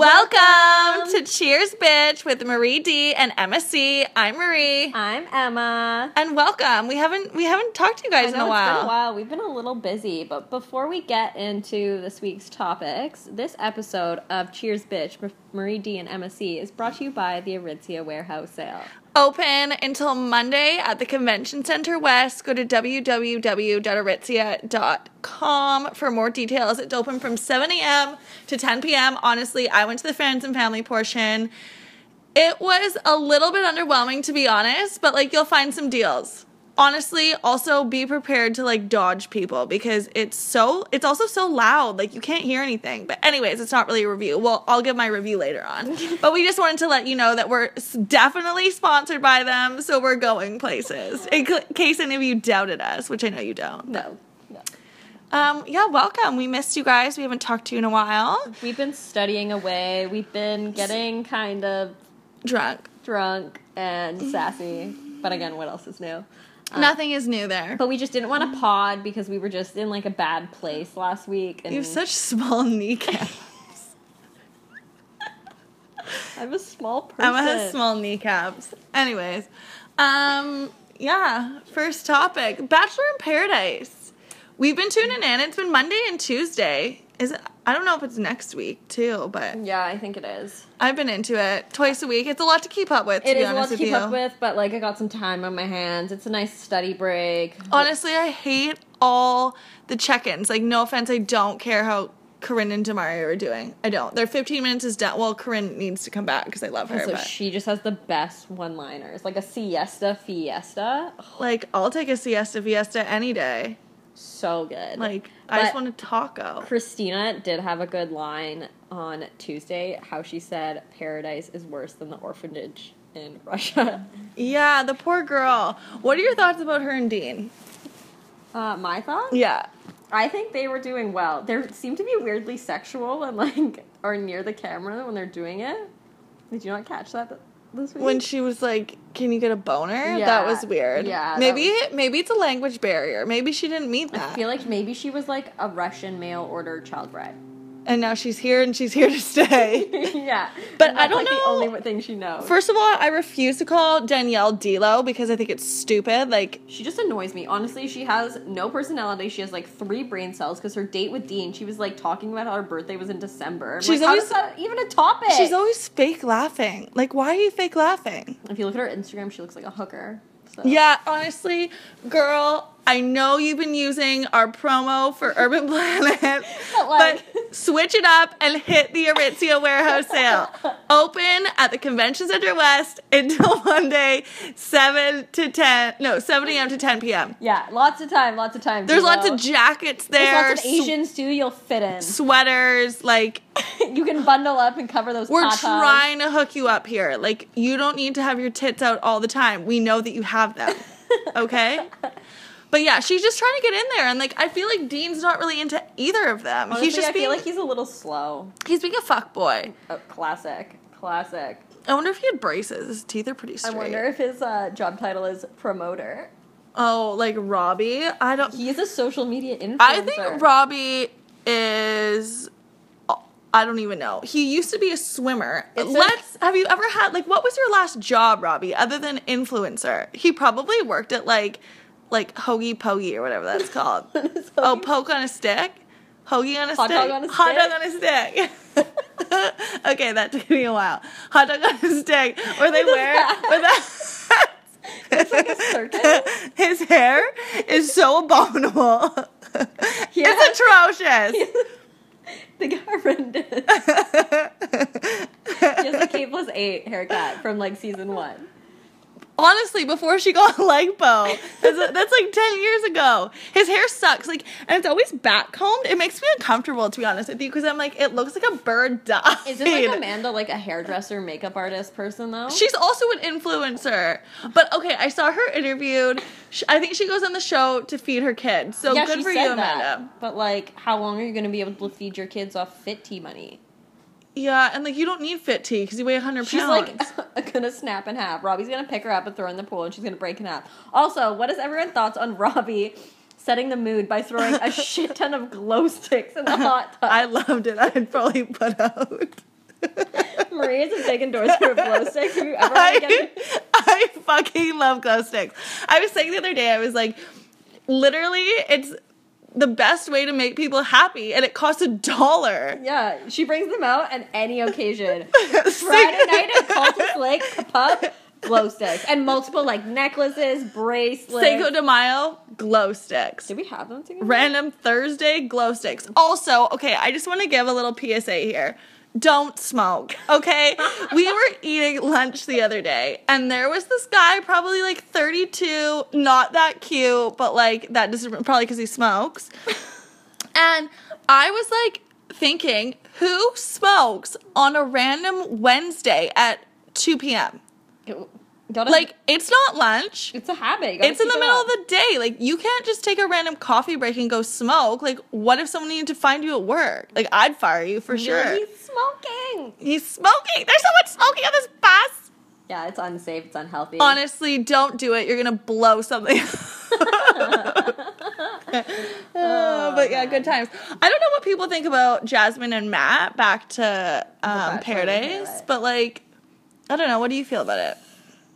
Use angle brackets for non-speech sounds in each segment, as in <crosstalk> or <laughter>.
Welcome to Cheers Bitch with Marie D and Emma C. I'm Marie. I'm Emma. And welcome. We haven't we haven't talked to you guys I in a know It's been a while. while. We've been a little busy, but before we get into this week's topics, this episode of Cheers Bitch with Marie D and Emma C is brought to you by the Aritzia Warehouse Sale. Open until Monday at the Convention Center West. Go to www.aritzia.com for more details. It's open from 7 a.m. to 10 p.m. Honestly, I went to the friends and family portion. It was a little bit underwhelming to be honest, but like you'll find some deals. Honestly, also be prepared to like dodge people because it's so it's also so loud, like you can't hear anything. But anyways, it's not really a review. Well, I'll give my review later on. but we just wanted to let you know that we're s- definitely sponsored by them, so we're going places. In cl- case any of you doubted us, which I know you don't. No, no. Um yeah, welcome. We missed you guys. We haven't talked to you in a while. We've been studying away. We've been getting kind of Drunk. drunk and sassy. But again, what else is new? Nothing is new there. But we just didn't want to pod because we were just in like a bad place last week. And You have such small <laughs> kneecaps. I'm a small person. Emma has small kneecaps. Anyways, um, yeah. First topic: Bachelor in Paradise. We've been tuning in. It's been Monday and Tuesday. Is it, I don't know if it's next week too, but Yeah, I think it is. I've been into it twice a week. It's a lot to keep up with. To It be is a honest lot to with keep you. up with, but like I got some time on my hands. It's a nice study break. Honestly, I hate all the check-ins. Like, no offense, I don't care how Corinne and Demario are doing. I don't. Their 15 minutes is done. Well, Corinne needs to come back because I love her. Also, but. she just has the best one-liners, like a siesta fiesta. Ugh, like, I'll take a siesta fiesta any day. So good. Like, I just But- want a taco. Christina did have a good line on Tuesday. How she said paradise is worse than the orphanage in <laughs> Russia. Yeah, the poor girl. What are your thoughts about her and Dean? Uh, my thoughts. Yeah. I think they were doing well. They seem to be weirdly sexual and like are near the camera when they're doing it. Did you not catch that th- this week? When she was like, "Can you get a boner?" Yeah. That was weird. Yeah, that Maybe maybe it's a language barrier. Maybe she didn't meet I that. feel like maybe she was like a Russian mail order child bride. And now she's here and she's here to stay. <laughs> yeah, But And I that's, don't like, know- The only one thing she knows. First of all, I refuse to call Danielle D'Lo because I think it's stupid. Like, she just annoys me. Honestly, she has no personality. She has like three brain cells because her date with Dean, she was like talking about how her birthday was in December. I'm She's like, always- how is that even a topic. she's always fake laughing. Like, why are you fake laughing? if you look at her Instagram, she looks like a hooker. So. Yeah, honestly, girl, I know you've been using our promo for Urban <laughs> Planet, But, like- but switch it up and hit the Aritzia warehouse <laughs> sale. Open at the Convention Center West until <laughs> Monday, 7 to 10, no, 7 a.m. to 10 p.m. yeah, lots of time, lots of time. There's J-Lo. lots of jackets There's there, lots of Asians too. You'll fit in. sweaters, like <laughs> you can bundle up and cover those. We're tatas. trying to hook you up here. Like you don't need to have your tits out all the time. We know that you have them. <laughs> Okay? But yeah, she's just trying to get in there and like I feel like Dean's not really into either of them. Honestly, he's just I being feel like he's a little slow. he's being a fuck boy. Oh, classic, classic. I wonder if he had braces. His teeth are pretty straight. I wonder if his uh, job title is promoter. Oh, like Robbie. I don't He is a social media influencer. I <laughs> think Robbie is I don't even know. He used to be a swimmer. It's a- Let's have you ever had like what was your last job, Robbie, other than influencer? He probably worked at like like hoagie pokey or whatever <laughs> that's called. is oh, hoagie? poke on a stick? Hoagie on a Hot stick. dog on a Hot dog stick? on a stick. <laughs> okay, that took me a while. Hot dog on a stick. <laughs> Or they What is wear that? or <laughs> that It's like a Oh. circus. <laughs> His hair is so abominable. <laughs> Yeah. It's atrocious. <laughs> the horrendous. he has a K plus eight haircut from like season one. <laughs> Honestly, before she got lipo, that's, that's like ten years ago. His hair sucks, like, and it's always back combed. It makes me uncomfortable, to be honest with you, because I'm like, it looks like a bird died. Is it like Amanda like a hairdresser, makeup artist person though? She's also an influencer, but okay, I saw her interviewed. Sh I think she goes on the show to feed her kids. So yeah, oh, good she for said you, that. Amanda. But like, how long are you going to be able to feed your kids off fit tea money? Yeah, and like you don't need fit tea because you weigh hundred pounds. She's like <laughs> gonna snap in half. Robbie's gonna pick her up and throw her in the pool, and she's gonna break in half. Also, what is everyone's thoughts on Robbie setting the mood by throwing <laughs> a shit ton of glow sticks in the hot tub? I loved it. I'd probably put out. Marie is a big endorser <laughs> of glow sticks. If you ever want to I, <laughs> get I fucking love glow sticks. I was saying the other day, I was like, literally, it's the best way to make people happy, and it costs a dollar. Yeah, she brings them out on <laughs> any occasion. Friday night at Cultus Lake Pub, glow sticks. And multiple like necklaces, bracelets. Cinco de Mayo glow sticks. Did we have them together? Random Thursday glow sticks. Also, okay, I just want to give a little PSA here. Don't smoke, okay? we were eating lunch the other day, and there was this guy, probably like 32, not that cute, but like that doesn't probably because he smokes. And I was like thinking, who smokes on a random Wednesday at 2 p.m.? You gotta- Like, it's not lunch. it's a habit. You gotta It's in keep the it middle up. of the day. Like you can't just take a random coffee break and go smoke. Like what if someone needed to find you at work? Like I'd fire you for You're like, sure. He's smoking. He's smoking. There's someone smoking on this bus. Yeah, it's unsafe. It's unhealthy. Honestly, don't do it. You're gonna blow something. <laughs> Oh, but yeah, good times. I don't know what people think about Jasmine and Matt back to um, Bachelor Paradise, Bachelorette. but like, I don't know. What do you feel about it?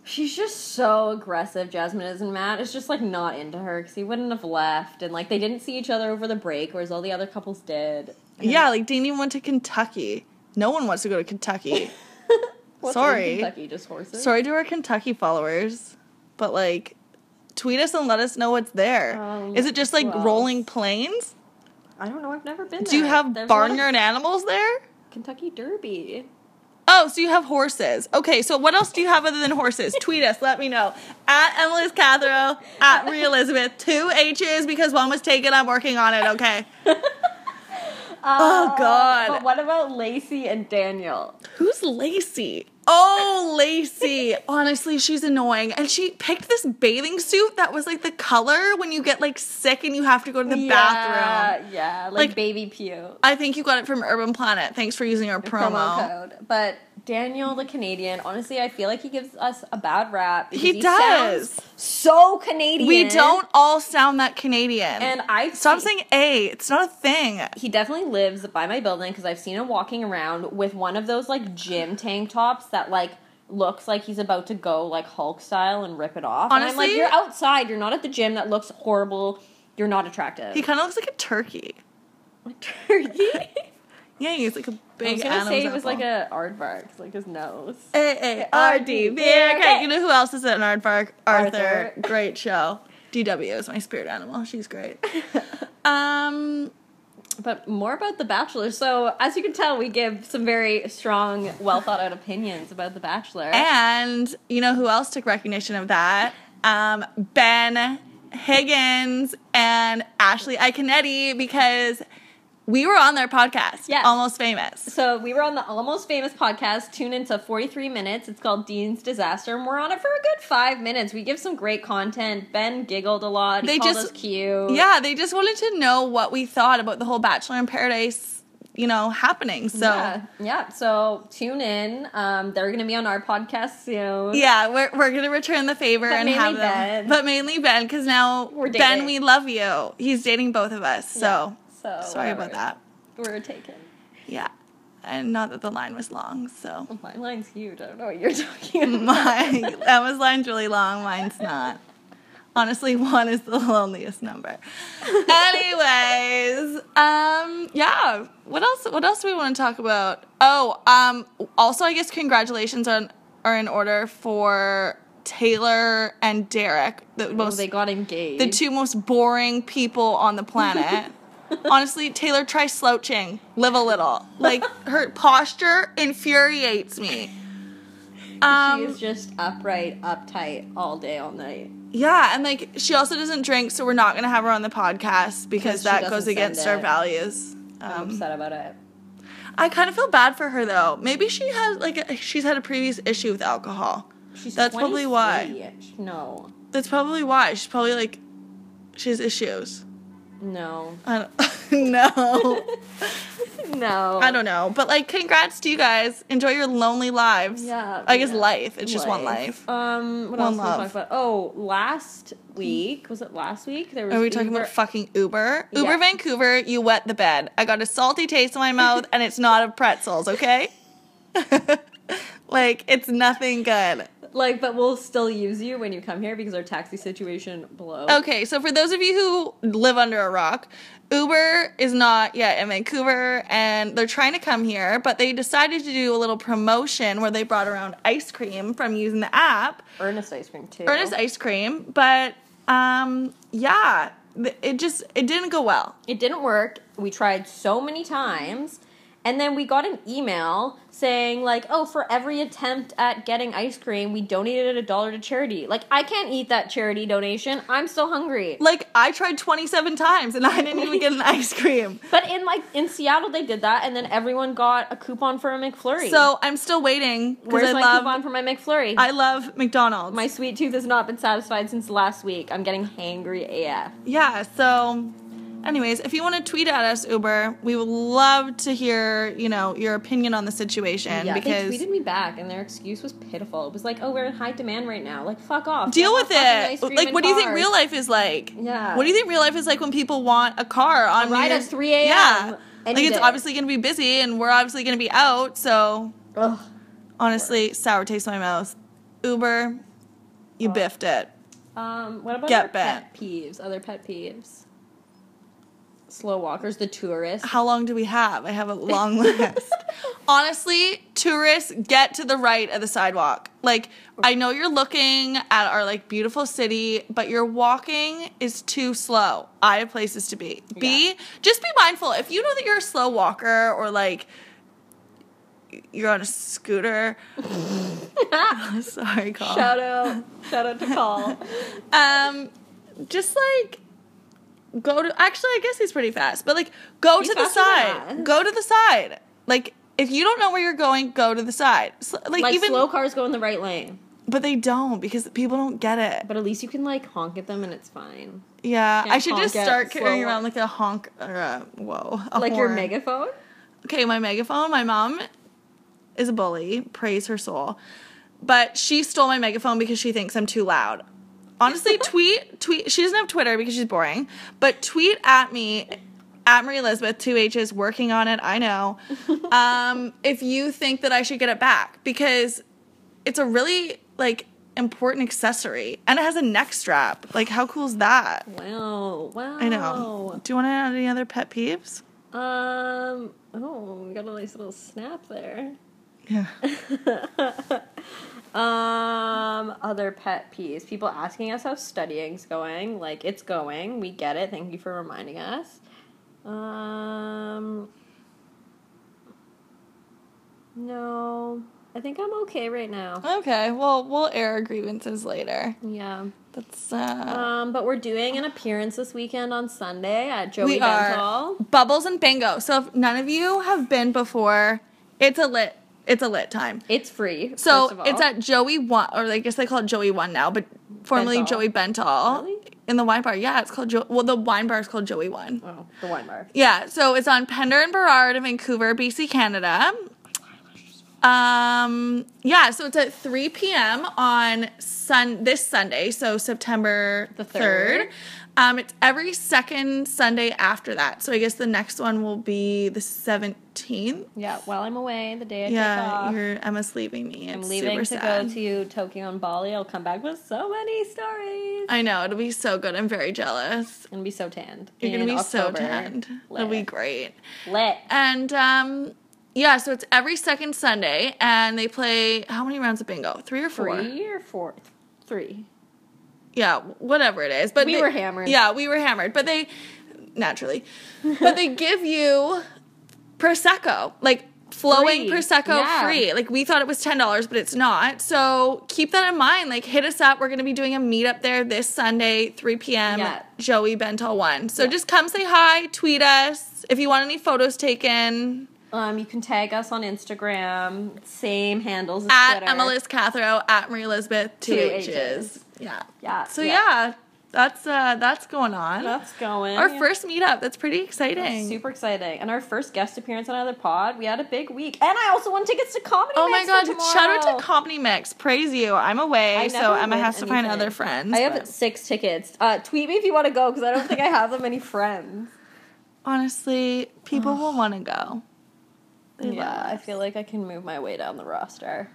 She's just so aggressive, Jasmine is, and Matt is just like not into her because he wouldn't have left, and like they didn't see each other over the break, whereas all the other couples did. Yeah, like Dean even went to Kentucky. No one wants to go to Kentucky. What's in Sorry. Kentucky, just horses. Sorry to our Kentucky followers, but like, tweet us and let us know what's there. Is Um, it just like well. rolling plains? I don't know. I've never been. Do you there. have There's a lot of barnyard animals there? Kentucky Derby? Oh, so you have horses. Okay, so what else do you have other than <laughs> horses? Tweet us, let me know. At Emily's Cathro, at Marie <laughs> Elizabeth. Two H's because one was taken. I'm working on it, <laughs> okay? oh, Uh, But God. what about Lacey and Daniel? Who's Lacey? Oh, Lacey. Honestly, she's annoying. And she picked this bathing suit that was like the color when you get like sick and you have to go to the bathroom. Yeah, like, Like- baby pew. I think you got it from Urban Planet. Thanks for using our promo. code. But Daniel the Canadian, honestly, I feel like he gives us a bad rap. because He does. sounds so Canadian. We don't all sound that Canadian. And I Stop saying A. It's not a thing. he definitely lives by my building because I've seen him walking around with one of those like gym tank tops that like looks like he's about to go like Hulk style and rip it off. and I'm like, Honestly- you're outside. You're not at the gym. That looks horrible. You're not attractive. He kind of looks like a turkey. <laughs> turkey. <laughs> Yeah, he's like a I big was animal. gonna say he was like a aardvark, 'cause, like his nose. A A R D Beer. Okay, you know who else is an aardvark? Arthur. Arthur. Great show. DW is my spirit animal. She's <laughs> great. um, But more about The Bachelor. So, as you can tell, we give some very strong, well thought out opinions about The Bachelor. and you know who else took recognition of that? Um, Ben Higgins and Ashley Iconetti because we were on their podcast, Yes. Almost Famous. So we were on the Almost Famous podcast. Tune into 43 minutes. It's called Dean's Disaster, and we're on it for a good five minutes. We give some great content. Ben giggled a lot. He They called just- us cute. Yeah, they just wanted to know what we thought about the whole Bachelor in Paradise, you know, happening. So yeah, yeah. So tune in. Um, they're going to be on our podcast soon. Yeah, we're, we're gonna return the favor But and mainly have them, Ben. but mainly Ben because now We're Ben, dating. we love you. He's dating both of us, so So sorry whatever. about that. We're taken. Yeah, and not that the line was long. So oh, My line's huge. I don't know what you're <laughs> talking about. my Emma's line's really long. Mine's not. Honestly, one is the loneliest number. Anyways, um, yeah. What else? What else do we want to talk about? Oh, um, also, I guess congratulations on are in order for Taylor and Derek, the Well, most they got engaged. the two most boring people on the <laughs> planet. Honestly, Taylor, try slouching. Live a little. Like her posture infuriates me. She Um, is just upright, uptight all day, all night. yeah, and like she also doesn't drink, so we're not gonna have her on the podcast because she that doesn't goes send against our it. values. I'm Um, upset about it. I kind of feel bad for her though. Maybe she has like a, she's had a previous issue with alcohol. She's that's probably why. 23. No, That's probably why she's probably like she has issues. no, I don't <laughs> know. <laughs> no. I don't know, but like, congrats to you guys. Enjoy your lonely lives. Yeah, I guess yeah. life. It's just one life. Um, what One else can we love. talk about? Oh, last week was it last week? There was. Are we talking Uber- about fucking Uber? Yeah. Uber Vancouver, you wet the bed. I got a salty taste in my mouth, and it's not of pretzels. Okay. <laughs> Like it's nothing good. Like, but we'll still use you when you come here because our taxi situation blows. Okay, so for those of you who live under a rock, Uber is not yet in Vancouver and they're trying to come here, but they decided to do a little promotion where they brought around ice cream from using the app, Ernest ice cream too. Ernest ice cream, but um yeah, th- it just it didn't go well. It didn't work. We tried so many times. And then we got an email saying, like, oh, for every attempt at getting ice cream, we donated a dollar to charity. Like, I can't eat that charity donation. I'm so hungry. Like I tried 27 times and I didn't even get <laughs> an ice cream. But in like in Seattle, they did that, and then everyone got a coupon for a McFlurry. So I'm still waiting because where's I my love coupon for my McFlurry? I love McDonald's. my sweet tooth has not been satisfied since last week. I'm getting hangry AF. yeah, so anyways, if you want to tweet at us, Uber, we would love to hear, you know, your opinion on the situation yeah, because they tweeted me back, and their excuse was pitiful. It was like, "Oh, we're in high demand right now. Like, fuck off. deal Get with more fucking ice it. cream Like and what do you think cars. real life is like? Yeah. What do you think real life is like when people want a car on New ride at Year's- 3 a.m. Yeah. any like it's day. obviously going to be busy and we're obviously going to be out, so Ugh. honestly, sour taste in my mouth. Uber, you biffed it. Um, what about Get other back. pet peeves? Other pet peeves. Slow walkers, <sighs> the tourists. How long do we have? I have a long list. Honestly, tourists get to the right of the sidewalk. Like, I know you're looking at our like beautiful city, but your walking is too slow. I have places to be. B, just be mindful. If you know that you're a slow walker or like you're on a scooter, <laughs> sorry, Call. shout <laughs> out, shout out to Paul. Um, just like go to. Actually, I guess he's pretty fast, but like go He's to the faster than side. us. Go to the side. Like if you don't know where you're going, go to the side. S- like, like even, slow cars go in the right lane, but they don't because people don't get it. but at least you can like honk at them and it's fine. Yeah, Can't I should just honk at start slow carrying around ones. like a honk or a whoa, a Like your horn. megaphone. okay, my megaphone, my mom is a bully, praise her soul. But she stole my megaphone because she thinks I'm too loud. Honestly, tweet, tweet. She doesn't have Twitter because she's boring, but tweet at me, at Marie Elizabeth, two H's, working on it, I know. Um, if you think that I should get it back because it's a really, like, important accessory and it has a neck strap. Like, how cool is that? Wow, wow. I Oh. know. Do you want to add any other pet peeves? Um. Oh, we got a nice little snap there. <laughs> Yeah. Um, other pet peeves. People asking us how studying's going. Like, it's going. We get it. Thank you for reminding us. Um, no. I think I'm okay right now. Okay, well, we'll air our grievances later. Yeah. That's uh, Um, but we're doing an appearance this weekend on Sunday at Joey we are Dental. bubbles and bingo. So if none of you have been before, it's a lit. It's a lit time. It's free. first So of all. it's at Joey One, or I guess they call it Joey One now, but formerly Bentall. Joey Bentall Really? in the wine bar. Yeah, it's called Joe. Well, the wine bar is called Joey One. oh, the wine bar. Yeah, so it's on Pender and Burrard in Vancouver, BC, Canada. Um, yeah, so it's at 3 p.m. on sun this Sunday, so September the The third. 3rd. Um, it's every second Sunday after that. So I guess the next one will be the 17th. Yeah. While I'm away, the day I take Yeah, off. you're Emma's leaving me. It's I'm leaving super to sad. go to Tokyo and Bali. I'll come back with so many stories. I know, it'll be so good. I'm very jealous. I'm gonna be so tanned. You're in gonna be October. so tanned. It'll be Lit. great. Lit. And um yeah, so it's every second Sunday and they play how many rounds of bingo? 3 or 4? Three or four? Three. Yeah, whatever it is. But We they- were hammered. Yeah, we were hammered, but they naturally. but <laughs> they give you prosecco. Like flowing Free. prosecco Yeah. free. Like we thought it was $10, but it's not. So keep that in mind. Like hit us up. We're going to be doing a meetup there this Sunday, 3 p.m. Yeah. Joey Bentel 1. So just come say hi, tweet us. If you want any photos taken, Um, you can tag us on Instagram. Same handles as at Twitter. Emma Liz Cathro, at Marie Elizabeth, two, Two H's. H's. Yeah. Yeah. So yeah, that's uh that's going on. that's going. Our Yeah. first meetup. That's pretty That's exciting. super exciting. And our first guest appearance on another pod. We had a big week. And I also won tickets to comedy. Oh my Mix god! for Shout out tomorrow. to Comedy Mix. Praise you. I'm away, I so never Emma win has to find anything. other friends. I have but six tickets. Uh, tweet me if you want to go because I don't think I have that many friends. honestly, people will want to go. They <laughs> yeah, love I us. feel like I can move my way down the roster.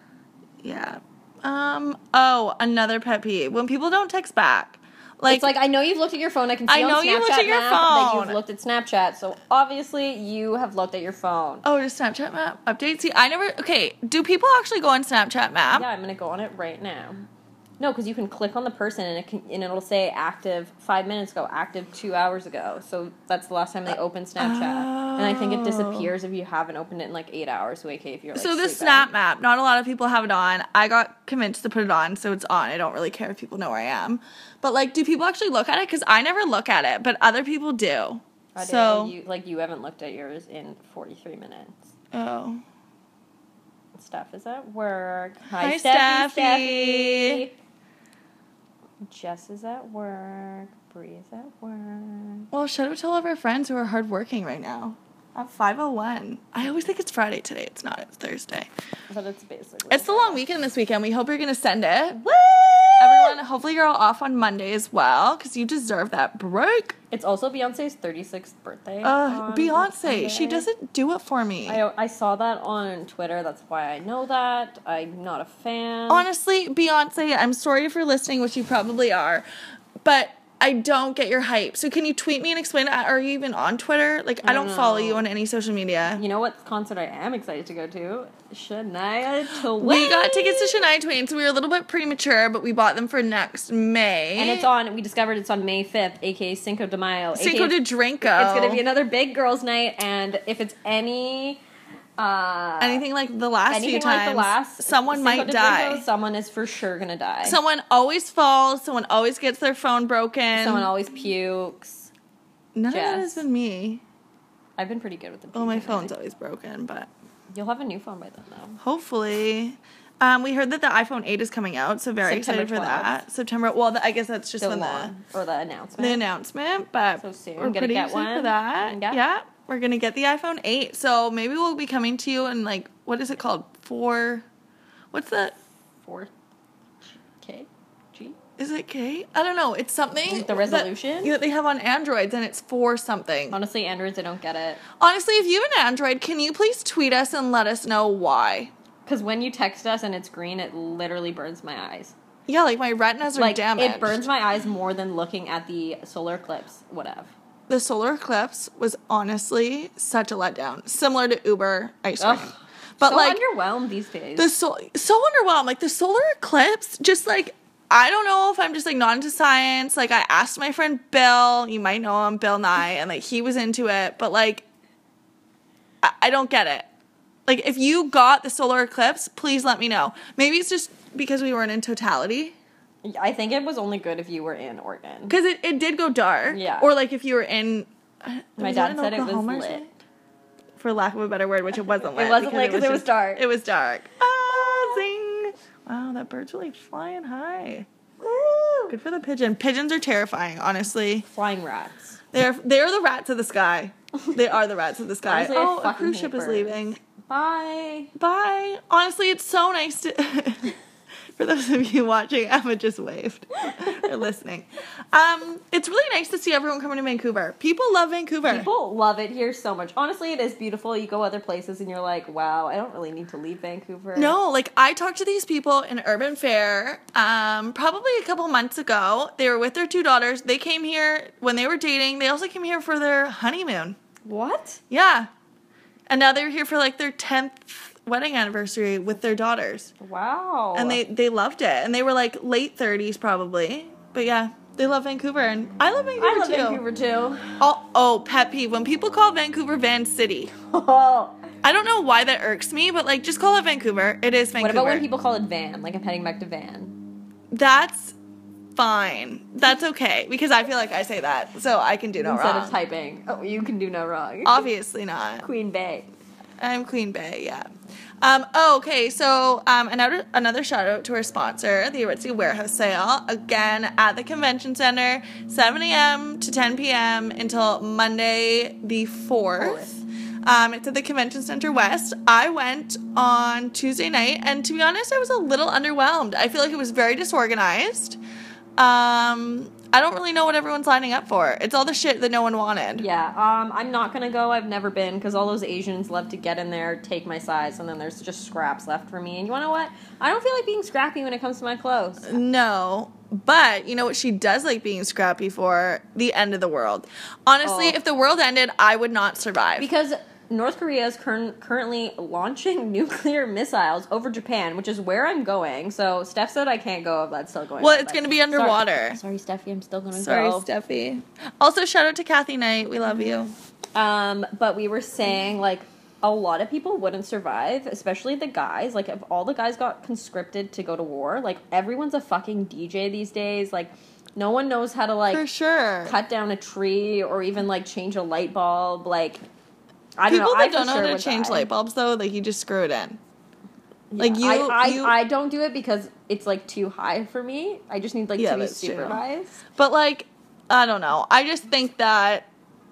Yeah. Um. Oh, another pet peeve when people don't text back. Like, it's like I know you've looked at your phone. I can see I know on Snapchat you've looked at your map that phone. you've looked at Snapchat. So obviously you have looked at your phone. oh, your Snapchat map update. See, I never. Okay, do people actually go on Snapchat map? Yeah, I'm gonna go on it right now. No, because you can click on the person and it can, and it'll say active five minutes ago, active two hours ago. So that's the last time they opened Snapchat, and I think it disappears if you haven't opened it in like eight hours. So AK, if you're like so this sleeping. Snap map, not a lot of people have it on. I got convinced to put it on, so it's on. I don't really care if people know where I am. But like, do people actually look at it? Because I never look at it, but other people do. I didn't so know you, like you haven't looked at yours in 43 minutes. oh. Steph is at work. Hi, Steffi. Steffi. Jess is at work. Bree is at work. Well, shout out to all of our friends who are hardworking right now. At 501. I always think it's Friday today. It's not. It's Thursday. But it's basically It's the long weekend this weekend. We hope you're going to send it. Woo! Everyone, hopefully you're all off on Monday as well because you deserve that break. It's also Beyonce's 36th birthday. Uh, on Beyonce, she Sunday. doesn't do it for me. I, I saw that on Twitter. That's why I know that. I'm not a fan. Honestly, Beyonce, I'm sorry for listening, which you probably are, but I don't get your hype. So can you tweet me and explain? Are you even on Twitter? Like, I don't follow you on any social media. you know what concert I am excited to go to? Shania Twain. We got tickets to Shania Twain, so we were a little bit premature, but we bought them for next May. And it's on. We discovered it's on May fifth, aka Cinco de Mayo. aka Eh. Cinco de Drinko. It's gonna be another big girls' night, and if it's any, uh, anything like the last few anything times. like the last, someone Cinco might de die. Mayo, someone is for sure gonna die. Someone always falls. Someone always gets their phone broken. someone always pukes. None of that has Jess. been me. I've been pretty good with the. Oh, my puking, I phone's think. always broken, but You'll have a new phone by then, though. hopefully. Um, we heard that the iPhone 8 is coming out, so very September excited for that. September. Well, the, I guess that's just The when lawn or the announcement. the, the announcement, but So soon. we're Gonna pretty get excited for one? that. Yeah. yeah, we're gonna get the iPhone 8. So maybe we'll be coming to you in like what is it called? Four. What's that? Four K G. Is it K? I don't know. It's something. Like the resolution? That, yeah, they have on Androids and it's for something. Honestly, Androids, I don't get it. Honestly, if you have an Android, can you please tweet us and let us know why? Because when you text us and it's green, it literally burns my eyes. Yeah, like my retinas are Like damaged. it burns my eyes more than looking at the solar eclipse. Whatever. The solar eclipse was honestly such a letdown, similar to Uber ice cream. Ugh. but so like underwhelmed these days. the so so underwhelmed. Like the solar eclipse, just like I don't know if I'm just like not into science. Like I asked my friend Bill, you might know him, Bill Nye, and like he was into it, but like I, I don't get it. Like if you got the solar eclipse, please let me know. Maybe it's just because we weren't in totality. I think it was only good if you were in Oregon. Because it, it did go dark. Yeah. Or like if you were in. uh, My was that in dad said it was Oklahoma or lit. something? For lack of a better word, which it wasn't lit. wasn't lit 'cause it was just- dark. It was dark. Ah, zing. Wow, that bird's really flying high. Good for the pigeon. Pigeons are terrifying, honestly. Flying rats. They're they're the rats of the sky. They are the rats of the sky. Honestly, I oh, a fucking cruise hate ship is birds. leaving. Bye. Bye. Honestly, it's so nice to. <laughs> for those of you watching, Emma just waved or listening. Um, it's really nice to see everyone coming to Vancouver. People love Vancouver. People love it here so much. Honestly, it is beautiful. You go other places and you're like, wow, I don't really need to leave Vancouver. no, like I talked to these people in Urban Fair um, probably a couple months ago. They were with their two daughters. They came here when they were dating. They also came here for their honeymoon. What? Yeah. And now they're here for like their 10th wedding anniversary with their daughters. Wow. and they they loved it and they were like late 30s probably but yeah they love Vancouver and I love Vancouver I love too. Vancouver too. <laughs> Oh, oh, pet peeve when people call Vancouver Van City. Oh. I don't know why that irks me, but like just call it Vancouver. It is What Vancouver. about when people call it van? Like I'm heading back to van. That's fine. That's okay because I feel like I say that, so I can do no Instead wrong. Uh, of typing. Oh, you can do no wrong. Obviously not. Queen Bay. I'm Queen Bay, yeah. Um, oh, okay, so um, another another shout out to our sponsor, the Aritzia Warehouse Sale, again at the Convention Center, 7 a.m. to 10 p.m. until Monday the 4th. Um, it's at the Convention Center West. I went on Tuesday night, and to be honest, I was a little underwhelmed. I feel like it was very disorganized. Um, I don't really know what everyone's lining up for. It's all the shit that no one wanted. Yeah, um, I'm not gonna go. I've never been because all those Asians love to get in there, take my size, and then there's just scraps left for me. And you wanna know what? I don't feel like being scrappy when it comes to my clothes. No. But you know what she does like being scrappy for? The end of the world. Honestly, Oh. if the world ended, I would not survive. Because North Korea is curr- currently launching <laughs> nuclear missiles over Japan, which is where I'm going. So Steph said I can't go if that's still going. Well, on, it's but- gonna be underwater. Sorry, sorry Steffi, I'm still gonna Sorry, go. Steffi. Also, shout out to Kathy Knight. We love you. Um, but we were saying like a lot of people wouldn't survive, especially the guys. Like if all the guys got conscripted to go to war, like everyone's a fucking DJ these days. Like no one knows how to like For sure. cut down a tree or even like change a light bulb. Like I don't People know. I that for don't know sure how to would change die. light bulbs though, like you just screw it in. Like you, I, I, you- I don't do it because it's like too high for me. I just need like Yeah, to be that's true. supervised. but like I don't know. I just think that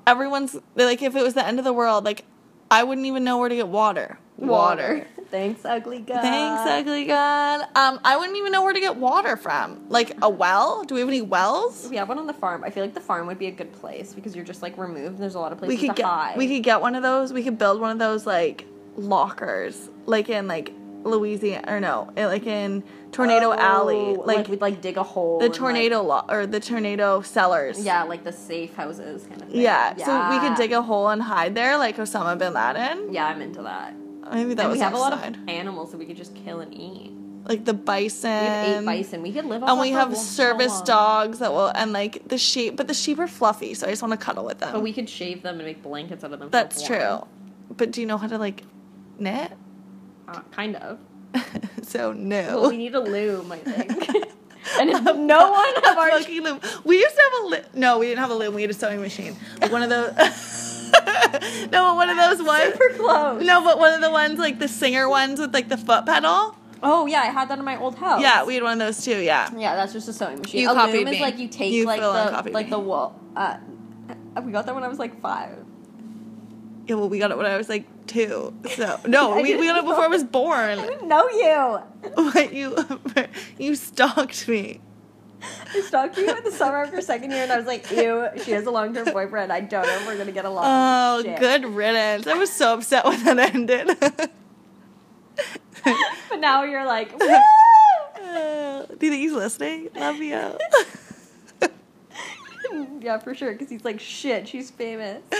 everyone's like, if it was the end of the world, like I wouldn't even know where to get water. <laughs> Thanks, ugly guy. Thanks, Uh, ugly god. Um, I wouldn't even know where to get water from. Like a well? Do we have any wells? We have one on the farm. I feel like the farm would be a good place because you're just like removed. There's a lot of We places could to get hide. we could get one of those. We could build one of those like lockers, like in like Louisiana or no, eh, like in Tornado Oh, Alley, like, we'd like dig a hole. the and, like- tornado lo- or the tornado cellars. yeah, like the safe houses kind of thing. Yeah, so we could dig a hole and hide there, like Osama bin Laden. Yeah, I'm into that. Maybe that and was we have a lot outside. of animals that we could just kill and eat. like the bison. We have eight bison. Oh We could live on Um, And we that for have a long- service so long. dogs that will, and like the sheep, but the sheep are fluffy, so I just want to cuddle with them. But we could shave them and make blankets out of them. for That's warm. true. But do you know how to like knit? <laughs> Uh, kind of. so But we no. need a loom, I think. <laughs> and if no one of our Fucking loom. We used to have a loom. No, we didn't have a loom. We had a sewing machine. Like one of those. <laughs> no, one of those ones. super clothes. No, but one of the ones like the singer ones with like the foot pedal. Oh yeah, I had that in my old house. Yeah, we had one of those too. Yeah. Yeah, that's just a sewing machine. You a copied loom is me. like you take You like full on the copied like me. the wool. Uh, we got that when I was like five. Yeah. Well, we got it when I was like two. So no, <laughs> I we, we got it didn't know. before I was I born. didn't know you. But you <laughs> you stalked me. I stalked you in the summer of your second year, and I was like, "Ew, she has a long term boyfriend. I don't know if we're gonna get along." Oh, Shit. good riddance. I was so upset when that <laughs> ended. But now you're like, <laughs> "Woo!" Uh, <laughs> do you think he's listening? Love you. yeah, for sure, because he's like, "Shit, she's famous. <laughs>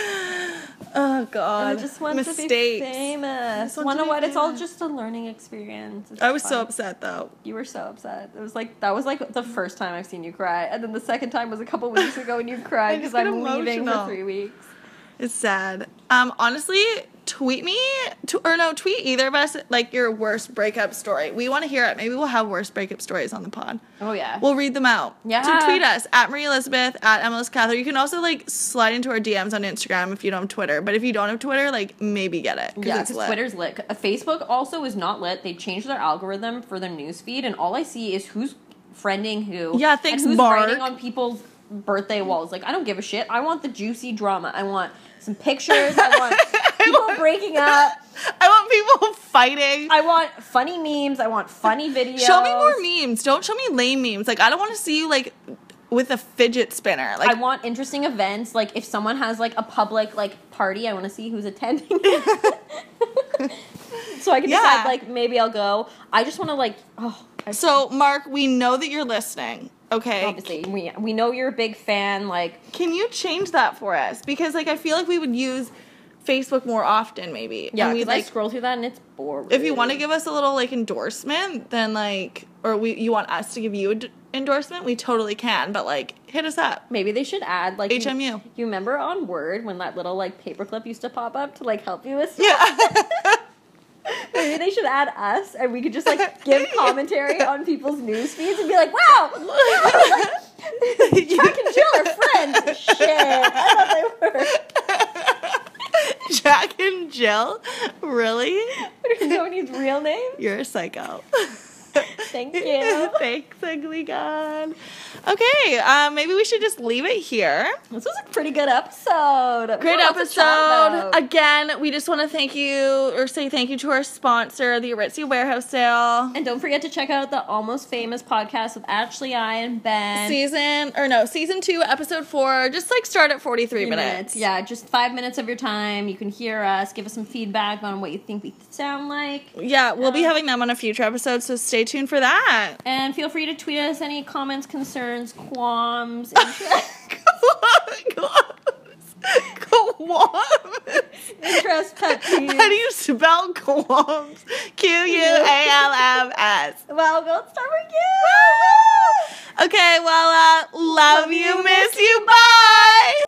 oh God. I just want to be Mistakes. famous. Just want Want to to be what? It's all famous. just a learning experience." It's I was so fun. upset though. You were so upset. It was like that was like the first time I've seen you cry, and then the second time was a couple weeks ago, <laughs> and you I cried just because get I'm leaving emotional. for three weeks. It's sad. Um, honestly, tweet me to, or no, tweet either of us like your worst breakup story. We want to hear it. Maybe we'll have worst breakup stories on the pod. Oh yeah. We'll read them out. Yeah. So tweet us at Marie Elizabeth at MLS Cather. You can also like slide into our DMs on Instagram if you don't have Twitter. But if you don't have Twitter, like maybe get it yeah, it's because lit. Twitter's lit. Uh, Facebook also is not lit. They changed their algorithm for their newsfeed, and all I see is who's friending who. Yeah, thanks, and who's Mark. writing on people's birthday walls. Like, I don't give a shit. I want the juicy drama. I want some pictures. <laughs> I want people breaking up. I want people <laughs> fighting. I want funny memes. I want funny videos. Show me more memes. Don't show me lame memes. Like I don't want to see you like with a fidget spinner. Like I want interesting events. Like if someone has like a public like party, I want to see who's attending. <laughs> it. so I can Yeah. decide like maybe I'll go. I just want to like oh, I- so, Mark, we know that you're listening. Okay. obviously we we know you're a big fan. Like Can you change that for us? Because like I feel like we would use Facebook more often, maybe. yeah, And we because I like scroll through that and it's boring. if you want to give us a little like endorsement, then like or we you want us to give you an endorsement, we totally can. But like hit us up. Maybe they should add like HMU. You, you remember on Word when that little like paperclip used to pop up to like help you with? stuff? <laughs> Yeah. Maybe they should add us and we could just <laughs> like give commentary on people's news feeds and be like, wow, Jack and Jill are <laughs> friends. Shit, I thought they were. <laughs> Jack and Jill, really? What are you doing his real name? <laughs> You're a psycho. Thank <laughs> you. <laughs> Thanks, ugly god. Okay, um, maybe we should just leave it here. This was a pretty good episode. Great Lots to chat episode. about. Again, we just want to thank you or say thank you to our sponsor, the Aritzia Warehouse Sale. And don't forget to check out the Almost Famous podcast with Ashley, I, and Ben. Season or no, season two, episode four, just like start at 43 Three minutes. Yeah, just five minutes of your time. You can hear us. Give us some feedback on what you think we sound like. Yeah, we'll be having them on a future episode, so stay tuned for <laughs> that. And feel free to tweet us any comments, concerns, qualms. <laughs> <laughs> Guams. interest pet How do peeves. you spell Guams? Q U A L M S. Well, gold star for you. Okay, well, uh, love you, miss you, bye.